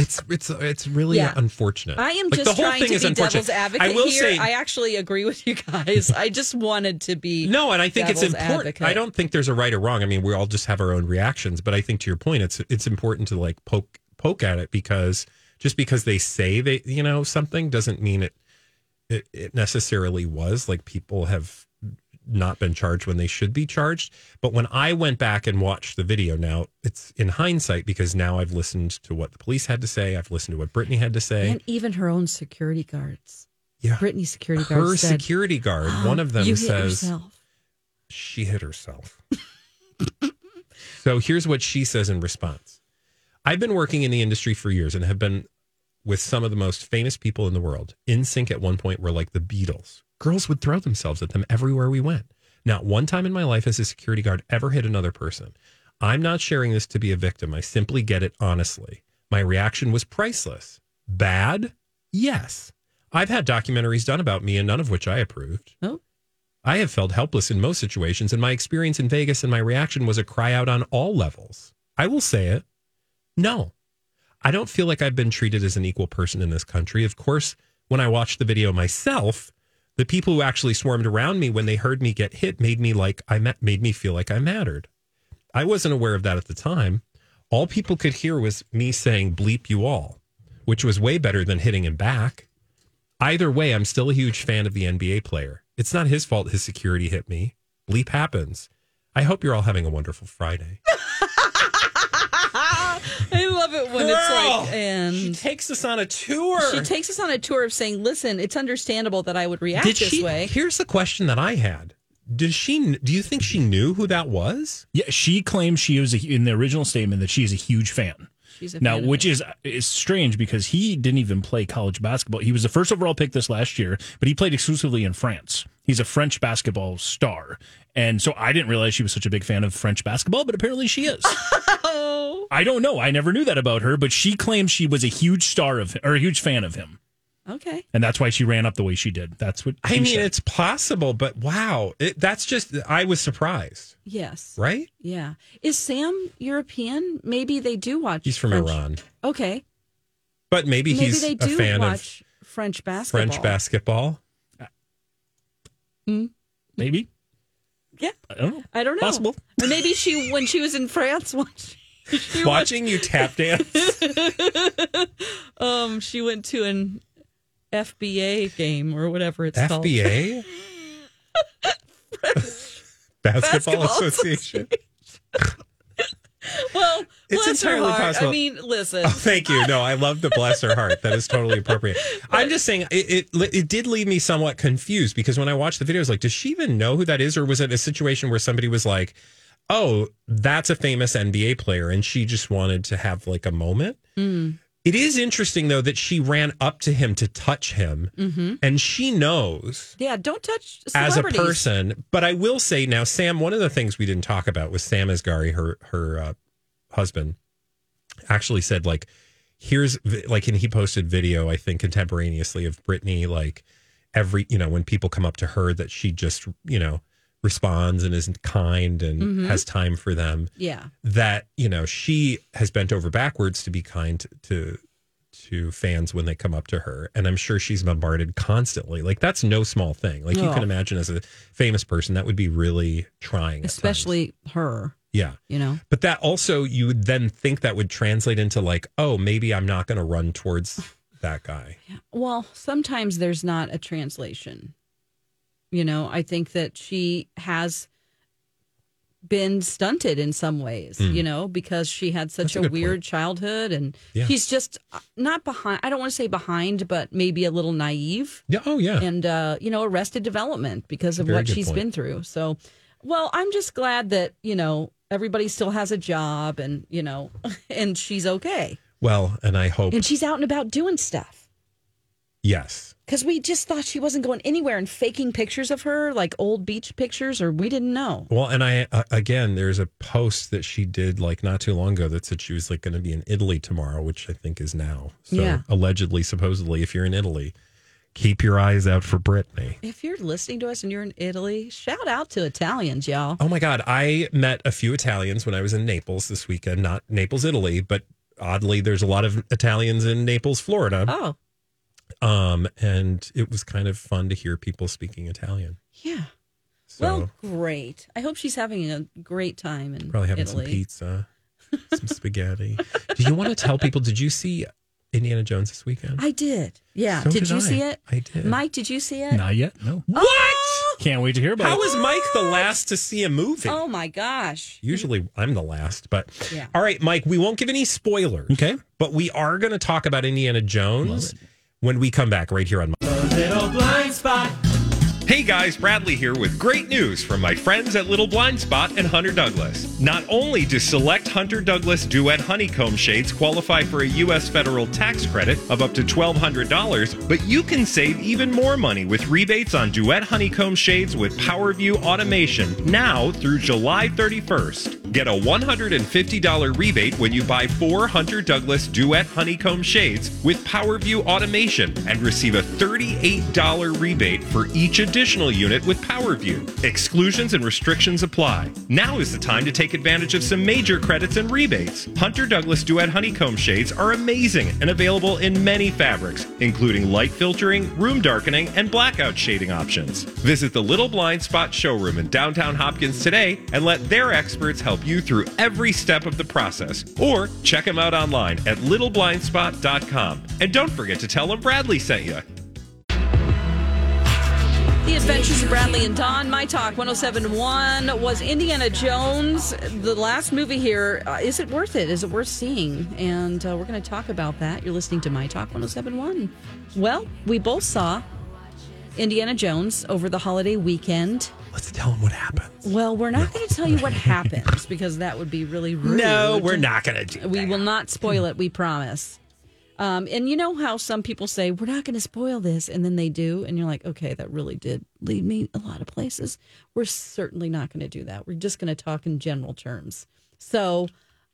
[SPEAKER 2] It's, it's, it's really
[SPEAKER 1] Yeah.
[SPEAKER 2] unfortunate.
[SPEAKER 1] I am
[SPEAKER 2] Like,
[SPEAKER 1] just trying to be devil's advocate
[SPEAKER 2] I will
[SPEAKER 1] here.
[SPEAKER 2] say,
[SPEAKER 1] I actually agree with you guys. I just wanted to be
[SPEAKER 2] no, and I think it's
[SPEAKER 1] devil's
[SPEAKER 2] important.
[SPEAKER 1] advocate.
[SPEAKER 2] I don't think there's a right or wrong. I mean, we all just have our own reactions, but I think to your point, it's, it's important to like poke, poke at it because just because they say they, you know, something doesn't mean it, it, it necessarily was. Like people have not been charged when they should be charged. But when I went back and watched the video, now it's in hindsight because now I've listened to what the police had to say. I've listened to what Brittany had to say.
[SPEAKER 1] And even her own security guards.
[SPEAKER 2] yeah,
[SPEAKER 1] Brittany's security guards.
[SPEAKER 2] her
[SPEAKER 1] said,
[SPEAKER 2] security guard, one of them
[SPEAKER 1] you hit
[SPEAKER 2] says
[SPEAKER 1] yourself.
[SPEAKER 2] she hit herself. so here's what she says in response I've been working in the industry for years and have been with some of the most famous people in the world. In sync at one point were like the Beatles. Girls would throw themselves at them everywhere we went. Not one time in my life has a security guard ever hit another person. I'm not sharing this to be a victim. I simply get it honestly. My reaction was priceless. Bad? Yes. I've had documentaries done about me and none of which I approved.
[SPEAKER 1] Oh,
[SPEAKER 2] I have felt helpless in most situations, and my experience in Vegas and my reaction was a cry out on all levels. I will say it. No, I don't feel like I've been treated as an equal person in this country. Of course, when I watched the video myself, the people who actually swarmed around me when they heard me get hit made me like I ma- made me feel like I mattered. I wasn't aware of that at the time. All people could hear was me saying bleep you all, which was way better than hitting him back. Either way, I'm still a huge fan of the NBA player. It's not his fault his security hit me. Bleep happens. I hope you're all having a wonderful Friday.
[SPEAKER 1] I love it when it's like, and she,
[SPEAKER 2] takes us on a tour.
[SPEAKER 1] takes us on a tour of saying, "Listen, it's understandable that I would react
[SPEAKER 2] Did
[SPEAKER 1] this
[SPEAKER 2] she,
[SPEAKER 1] way."
[SPEAKER 2] Here's the question that I had. Does she do you think she knew who that was?
[SPEAKER 3] Yeah, she claims she was a, in the original statement that she is a huge fan.
[SPEAKER 1] She's a
[SPEAKER 3] now,
[SPEAKER 1] fan of
[SPEAKER 3] which is is strange because he didn't even play college basketball. He was the first overall pick this last year, but he played exclusively in France. He's a French basketball star, and so I didn't realize she was such a big fan of French basketball, but apparently she is.
[SPEAKER 1] Oh.
[SPEAKER 3] I don't know. I never knew that about her, but she claims she was a huge star of or a huge fan of him,
[SPEAKER 1] okay.
[SPEAKER 3] and that's why she ran up the way she did. That's what
[SPEAKER 2] I
[SPEAKER 3] she
[SPEAKER 2] mean,
[SPEAKER 3] said.
[SPEAKER 2] it's possible, but wow, it, that's just I was surprised,
[SPEAKER 1] Yes.
[SPEAKER 2] right?
[SPEAKER 1] Yeah. Is Sam European? Maybe they do watch.
[SPEAKER 2] He's from
[SPEAKER 1] French-
[SPEAKER 2] Iran,
[SPEAKER 1] Okay.
[SPEAKER 2] but maybe,
[SPEAKER 1] Maybe
[SPEAKER 2] he's
[SPEAKER 1] they
[SPEAKER 2] a
[SPEAKER 1] do
[SPEAKER 2] fan
[SPEAKER 1] watch French
[SPEAKER 2] of
[SPEAKER 1] basketball.
[SPEAKER 2] French basketball.
[SPEAKER 3] maybe.
[SPEAKER 1] Yeah.
[SPEAKER 3] I don't know.
[SPEAKER 1] I don't know.
[SPEAKER 3] Possible.
[SPEAKER 1] Or Maybe she, when she was in France, once she went,
[SPEAKER 2] Watching you tap dance.
[SPEAKER 1] um, she went to an FBA game or whatever it's called.
[SPEAKER 2] FBA? Basketball,
[SPEAKER 1] Basketball
[SPEAKER 2] Association.
[SPEAKER 1] Well,
[SPEAKER 2] It's
[SPEAKER 1] bless her
[SPEAKER 2] entirely
[SPEAKER 1] heart.
[SPEAKER 2] possible.
[SPEAKER 1] I mean, listen.
[SPEAKER 2] Oh, thank you. No, I love the bless her heart. That is totally appropriate. I'm just saying it, it it did leave me somewhat confused because when I watched the video, I was like, does she even know who that is? Or was it a situation where somebody was like, oh, that's a famous NBA player and she just wanted to have like a moment? It is interesting though that she ran up to him to touch him and she knows
[SPEAKER 1] Yeah, don't touch
[SPEAKER 2] as a
[SPEAKER 1] celebrities.
[SPEAKER 2] person. But I will say now, Sam. One of the things we didn't talk about was Sam Asghari, her her uh, husband, actually said like, "Here's vi- like," and he posted video I think contemporaneously of Britney like every you know when people come up to her that she just you know responds and is kind and has time for them
[SPEAKER 1] Yeah.
[SPEAKER 2] that you know she has bent over backwards to be kind to, to to fans when they come up to her and i'm sure she's bombarded constantly like that's no small thing like you
[SPEAKER 1] Oh.
[SPEAKER 2] can imagine as a famous person that would be really trying at times.
[SPEAKER 1] Especially her,
[SPEAKER 2] yeah
[SPEAKER 1] you know?
[SPEAKER 2] but that also you would then think that would translate into like oh maybe i'm not going to run towards that guy
[SPEAKER 1] Well, sometimes there's not a translation. You know, I think that she has been stunted in some ways, you know, because she had such
[SPEAKER 2] Hmm. That's a
[SPEAKER 1] a,
[SPEAKER 2] good
[SPEAKER 1] weird
[SPEAKER 2] point.
[SPEAKER 1] childhood and
[SPEAKER 2] Yeah.
[SPEAKER 1] she's just uh, not behind I don't want to say behind, but maybe a little naive
[SPEAKER 2] yeah oh yeah
[SPEAKER 1] and uh, you know, arrested development because of
[SPEAKER 2] Very
[SPEAKER 1] what
[SPEAKER 2] good
[SPEAKER 1] she's
[SPEAKER 2] point.
[SPEAKER 1] been through. So, well, I'm just glad that, you know, everybody still has a job and, you know, and she's okay.
[SPEAKER 2] well and i hope
[SPEAKER 1] And she's out and about doing stuff
[SPEAKER 2] yes
[SPEAKER 1] because we just thought she wasn't going anywhere and faking pictures of her, like old beach pictures, or we didn't know.
[SPEAKER 2] Well, and I uh, again, there's a post that she did like not too long ago that said she was like going to be in Italy tomorrow, which I think is now. So
[SPEAKER 1] Yeah.
[SPEAKER 2] allegedly, supposedly, if you're in Italy, keep your eyes out for Britney.
[SPEAKER 1] If you're listening to us and you're in Italy, shout out to Italians, y'all.
[SPEAKER 2] Oh my God, I met a few Italians when I was in Naples this weekend. Not Naples, Italy, but oddly, there's a lot of Italians in Naples, Florida.
[SPEAKER 1] Oh,
[SPEAKER 2] Um, and it was kind of fun to hear people speaking Italian.
[SPEAKER 1] yeah.
[SPEAKER 2] So
[SPEAKER 1] Well, great. I hope she's having a great time in
[SPEAKER 2] probably having
[SPEAKER 1] Italy.
[SPEAKER 2] some pizza, some spaghetti. Do you want to tell people? Did you see? Indiana Jones this weekend.
[SPEAKER 1] I did. Yeah.
[SPEAKER 2] So
[SPEAKER 1] did, you
[SPEAKER 2] I.
[SPEAKER 1] see it?
[SPEAKER 2] I did.
[SPEAKER 1] Mike, did you see it?
[SPEAKER 3] Not yet. No.
[SPEAKER 2] what?
[SPEAKER 3] Can't wait to hear about
[SPEAKER 2] How
[SPEAKER 3] it.
[SPEAKER 2] is Mike the last to see a movie?
[SPEAKER 1] Oh my gosh.
[SPEAKER 2] Usually I'm the last, but
[SPEAKER 1] Yeah.
[SPEAKER 2] all right, Mike, we won't give any spoilers.
[SPEAKER 3] Okay.
[SPEAKER 2] But we are going to talk about Indiana Jones when we come back right here on my Hey guys, Bradley here with great news from my friends at Little Blind Spot and Hunter Douglas. Not only do select Hunter Douglas Duet Honeycomb Shades qualify for a U.S. federal tax credit of up to $1,200, but you can save even more money with rebates on Duet Honeycomb Shades with PowerView Automation now through July 31st.
[SPEAKER 8] Get a $150 rebate when you buy four Hunter Douglas Duet Honeycomb Shades with PowerView automation and receive a $38 rebate for each additional unit with PowerView. Exclusions and restrictions apply. Now is the time to take advantage of some major credits and rebates. Hunter Douglas Duet Honeycomb Shades are amazing and available in many fabrics, including light filtering, room darkening, and blackout shading options. Visit the Little Blind Spot showroom in downtown Hopkins today and let their experts help you through every step of the process. Or check them out online at littleblindspot.com. And don't forget to tell them Bradley sent you.
[SPEAKER 1] The Adventures of Bradley and Don, My Talk 1071 was Indiana Jones, the last movie here. Uh, is it worth it? Is it worth seeing? And uh, we're going to talk about that. You're listening to My Talk 1071. Well, we both saw Indiana Jones over the holiday weekend.
[SPEAKER 2] Let's tell him what happened.
[SPEAKER 1] Well, we're not going to tell you what happens because that would be really rude.
[SPEAKER 2] No, we're not going to do
[SPEAKER 1] We
[SPEAKER 2] that.
[SPEAKER 1] will not spoil it, we promise. Um, and you know how some people say, we're not going to spoil this, and then they do. And you're like, okay, that really did lead me a lot of places. We're certainly not going to do that. We're just going to talk in general terms. So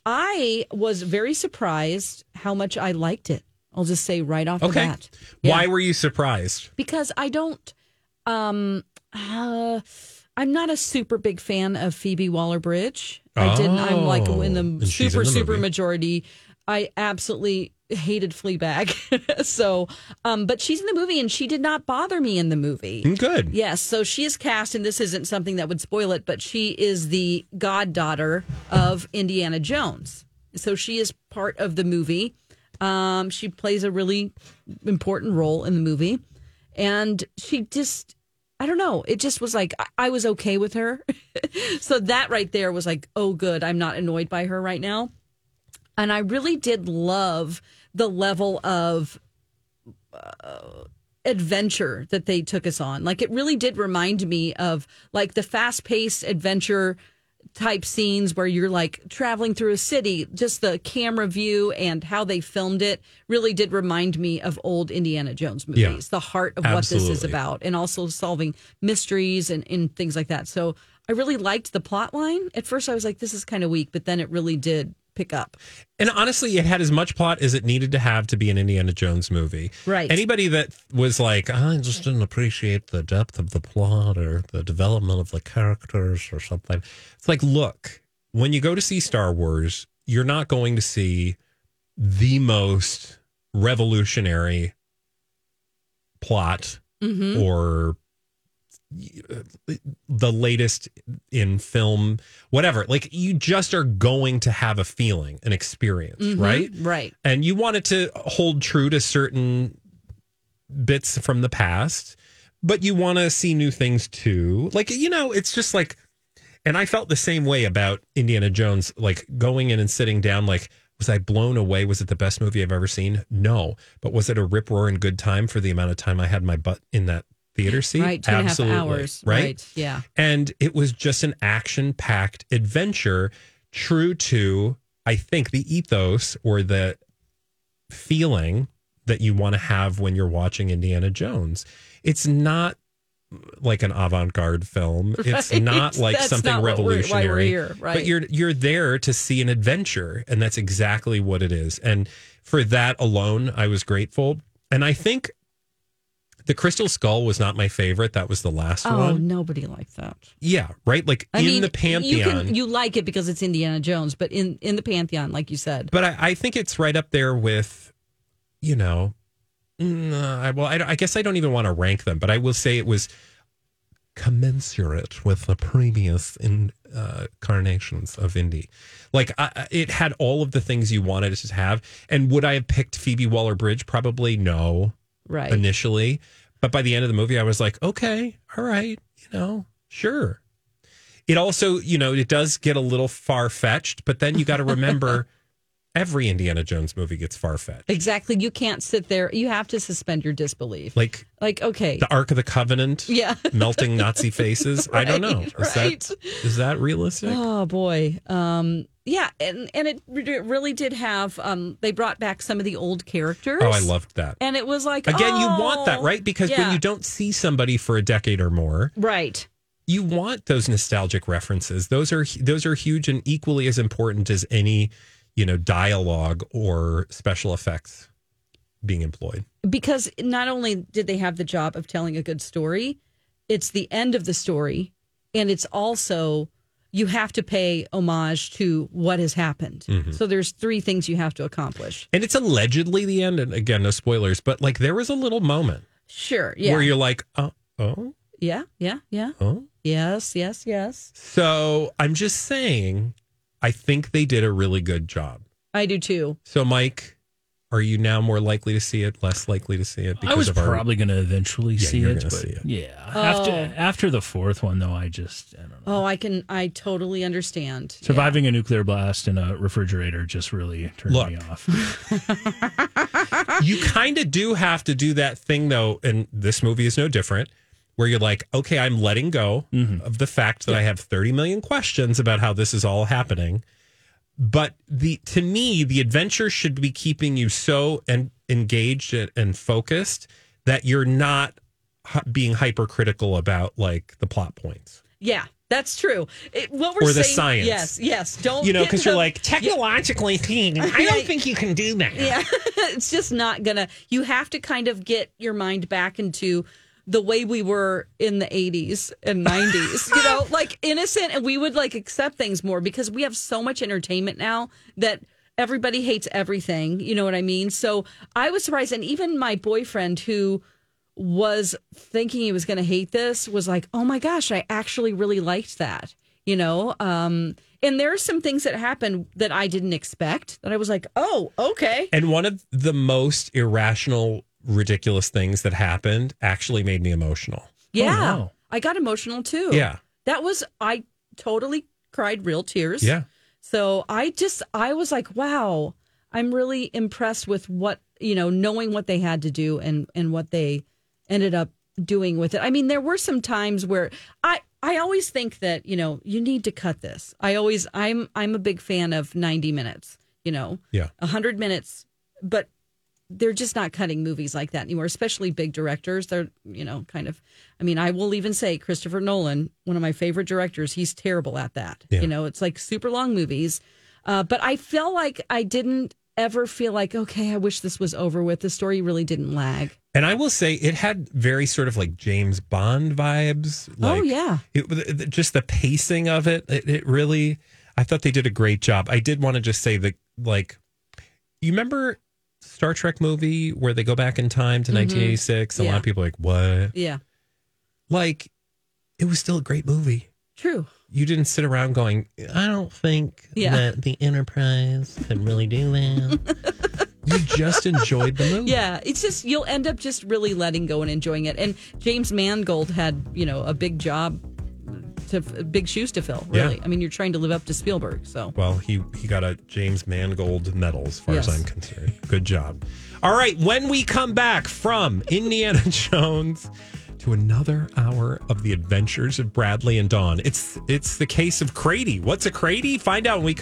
[SPEAKER 1] I was very surprised how much I liked it. I'll just say right off the
[SPEAKER 2] Okay.
[SPEAKER 1] bat.
[SPEAKER 2] Why were you surprised?
[SPEAKER 1] Because I don't, um, uh, I'm not a super big fan of Phoebe Waller Bridge. I didn't. I'm like
[SPEAKER 2] Oh,
[SPEAKER 1] in
[SPEAKER 2] and
[SPEAKER 1] the
[SPEAKER 2] she's in
[SPEAKER 1] super,
[SPEAKER 2] the
[SPEAKER 1] super
[SPEAKER 2] movie.
[SPEAKER 1] majority. I absolutely hated Fleabag. so, um, but she's in the movie and she did not bother me in the movie.
[SPEAKER 2] Good.
[SPEAKER 1] Yes, so she is cast, and this isn't something that would spoil it, but she is the goddaughter of Indiana Jones. So she is part of the movie. Um, she plays a really important role in the movie. And she just, I don't know, it just was like, I, I was okay with her. so that right there was like, oh, good, I'm not annoyed by her right now. And I really did love the level of adventure that they took us on. Like it really did remind me of like the fast paced adventure type scenes where you're like traveling through a city. Just the camera view and how they filmed it really did remind me of old Indiana Jones movies.
[SPEAKER 2] Yeah.
[SPEAKER 1] The heart of what this is
[SPEAKER 2] Absolutely.
[SPEAKER 1] about and also solving mysteries and, and things like that. So I really liked the plot line. At first I was like, this is kind of weak, but then it really did pick up.
[SPEAKER 2] And honestly, it had as much plot as it needed to have to be an Indiana Jones movie.
[SPEAKER 1] Right.
[SPEAKER 2] Anybody that was like, I just didn't appreciate the depth of the plot or the development of the characters or something. It's like, look, when you go to see Star Wars, you're not going to see the most revolutionary plot
[SPEAKER 1] Mm-hmm.
[SPEAKER 2] or uh, the latest in film, whatever. Like you just are going to have a feeling, an experience, right?
[SPEAKER 1] Right.
[SPEAKER 2] And you want it to hold true to certain bits from the past, but you want to see new things too. Like, you know, it's just like, and I felt the same way about Indiana Jones, like going in and sitting down, like, was I blown away? Was it the best movie I've ever seen? No. But was it a rip roaring good time for the amount of time I had my butt in that theater seat?
[SPEAKER 1] Right. Two and a half hours.
[SPEAKER 2] right.
[SPEAKER 1] Yeah.
[SPEAKER 2] And it was just an action packed adventure, true to, I think, the ethos or the feeling that you want to have when you're watching Indiana Jones. It's not mm, like an avant garde film, it's
[SPEAKER 1] Right.
[SPEAKER 2] not like
[SPEAKER 1] That's
[SPEAKER 2] something
[SPEAKER 1] not what we're- why we're
[SPEAKER 2] revolutionary.
[SPEAKER 1] here, right.
[SPEAKER 2] But you're, you're there to see an adventure, and that's exactly what it is. And for that alone, I was grateful. And I think. The Crystal Skull was not my favorite. That was the last one.
[SPEAKER 1] Oh, nobody liked that.
[SPEAKER 2] Yeah, right. Like
[SPEAKER 1] I
[SPEAKER 2] in
[SPEAKER 1] mean,
[SPEAKER 2] the pantheon.
[SPEAKER 1] You, can, you like it because it's Indiana Jones, but in, in the pantheon, like you said,
[SPEAKER 2] but I, I think it's right up there with, you know, mm, I, well, I, don't- I guess I don't even want to rank them, but I will say it was commensurate with the previous in, uh, carnations of indie. Like I, I- it had all of the things you wanted it to have. And would I have picked Phoebe Waller Bridge? Probably no.
[SPEAKER 1] right?
[SPEAKER 2] initially. But by the end of the movie, I was like, okay, all right, you know, sure. It also, you know, it does get a little far fetched, but then you got to remember every Indiana Jones movie gets far fetched.
[SPEAKER 1] exactly. You can't sit there. You have to suspend your disbelief. Like,
[SPEAKER 2] Like
[SPEAKER 1] okay,
[SPEAKER 2] the Ark of the Covenant,
[SPEAKER 1] yeah.
[SPEAKER 2] melting Nazi faces. I don't know. Is,
[SPEAKER 1] right.
[SPEAKER 2] that, is that realistic?
[SPEAKER 1] Oh boy. Um. Yeah, and and it re- it really did have. Um. They brought back some of the old characters.
[SPEAKER 2] oh, I loved that.
[SPEAKER 1] And it was like
[SPEAKER 2] Again, you
[SPEAKER 1] oh,
[SPEAKER 2] want that, right? Because
[SPEAKER 1] yeah.
[SPEAKER 2] when you don't see somebody for a decade or more,
[SPEAKER 1] Right.
[SPEAKER 2] you want those nostalgic references. Those are those are huge and equally as important as any, you know, dialogue or special effects being employed.
[SPEAKER 1] because not only did they have the job of telling a good story, it's the end of the story, and it's also you have to pay homage to what has happened.
[SPEAKER 2] Mm-hmm.
[SPEAKER 1] So there's three things you have to accomplish.
[SPEAKER 2] And it's allegedly the end. And again, no spoilers, but like there was a little moment
[SPEAKER 1] Sure. Yeah.
[SPEAKER 2] where you're like, oh, oh,
[SPEAKER 1] yeah. Yeah. Yeah.
[SPEAKER 2] oh.
[SPEAKER 1] Yes. Yes. Yes.
[SPEAKER 2] So I'm just saying, I think they did a really good job.
[SPEAKER 1] I do too.
[SPEAKER 2] So, Mike, are you now more likely to see it, less likely to see it?
[SPEAKER 3] I was
[SPEAKER 2] of our-
[SPEAKER 3] probably going to eventually
[SPEAKER 2] Yeah,
[SPEAKER 3] see
[SPEAKER 2] you're
[SPEAKER 3] it,
[SPEAKER 2] gonna
[SPEAKER 3] but
[SPEAKER 2] see it.
[SPEAKER 3] yeah,
[SPEAKER 1] Oh.
[SPEAKER 3] after after the fourth one though, I just I don't know.
[SPEAKER 1] Oh, I can. I totally understand.
[SPEAKER 3] Surviving a nuclear blast in a refrigerator just really turned me
[SPEAKER 2] Look.
[SPEAKER 3] off.
[SPEAKER 2] you kind of do have to do that thing though, and this movie is no different. Where you're like, okay, I'm letting go of the fact that I have 30 million questions about how this is all happening. But the to me, the adventure should be keeping you so and engaged and, and focused that you're not hu- being hypercritical about like the plot points
[SPEAKER 1] Yeah. That's true. It, what we're
[SPEAKER 2] Or the
[SPEAKER 1] saying.
[SPEAKER 2] science.
[SPEAKER 1] Yes. Yes. Don't.
[SPEAKER 2] you know
[SPEAKER 1] get
[SPEAKER 2] because you're
[SPEAKER 1] the-
[SPEAKER 2] like technologically speaking, i
[SPEAKER 1] Yeah.
[SPEAKER 2] don't think you can do that
[SPEAKER 1] Yeah. it's just not gonna you have to kind of get your mind back into the way we were in the 80s and 90s you know like innocent and we would like accept things more because we have so much entertainment now that everybody hates everything you know what i mean so i was surprised and even my boyfriend who was thinking he was going to hate this was like, oh my gosh, I actually really liked that, you know? Um, and there are some things that happened that I didn't expect that I was like, oh, okay.
[SPEAKER 2] And one of the most irrational, ridiculous things that happened actually made me emotional.
[SPEAKER 1] Yeah.
[SPEAKER 3] wow.
[SPEAKER 1] I got emotional too.
[SPEAKER 2] Oh, Yeah.
[SPEAKER 1] That was, I totally cried real tears.
[SPEAKER 2] Yeah.
[SPEAKER 1] So I just, I was like, wow, I'm really impressed with what, you know, knowing what they had to do and, and what they ended up doing with it. I mean, there were some times where I, I always think that, you know, you need to cut this. I always, I'm, I'm a big fan of 90 minutes, you know,
[SPEAKER 2] Yeah.
[SPEAKER 1] 100 minutes, but they're just not cutting movies like that anymore, especially big directors. They're, you know, kind of, I mean, I will even say Christopher Nolan, one of my favorite directors, he's terrible at that.
[SPEAKER 2] Yeah.
[SPEAKER 1] You know, it's like super long movies. Uh, but I felt like I didn't ever feel like, okay, I wish this was over with. The story really didn't lag.
[SPEAKER 2] And I will say it had very sort of like James Bond vibes. Like
[SPEAKER 1] oh, yeah.
[SPEAKER 2] It, th- just the pacing of it, it, it really, I thought they did a great job. I did want to just say that, like, you remember Star Trek movie where they go back in time to 1986? A lot
[SPEAKER 1] Mm-hmm. Yeah.
[SPEAKER 2] of people are like, what?
[SPEAKER 1] Yeah.
[SPEAKER 2] Like, it was still a great movie.
[SPEAKER 1] True.
[SPEAKER 2] you didn't sit around going, I don't think
[SPEAKER 1] Yeah.
[SPEAKER 2] that the Enterprise can really do that. you just enjoyed the movie.
[SPEAKER 1] Yeah, it's just you'll end up just really letting go and enjoying it. And James Mangold had, you know, a big job to big shoes to fill, really.
[SPEAKER 2] Yeah.
[SPEAKER 1] I mean, you're trying to live up to Spielberg, so
[SPEAKER 2] Well, he, he got a James Mangold medal, as far as
[SPEAKER 1] Yes.
[SPEAKER 2] I'm concerned. Good job. All right. When we come back from Indiana Jones to another hour of the adventures of Bradley and Dawn, it's, it's the case of Crady. What's a Crady? Find out when we come.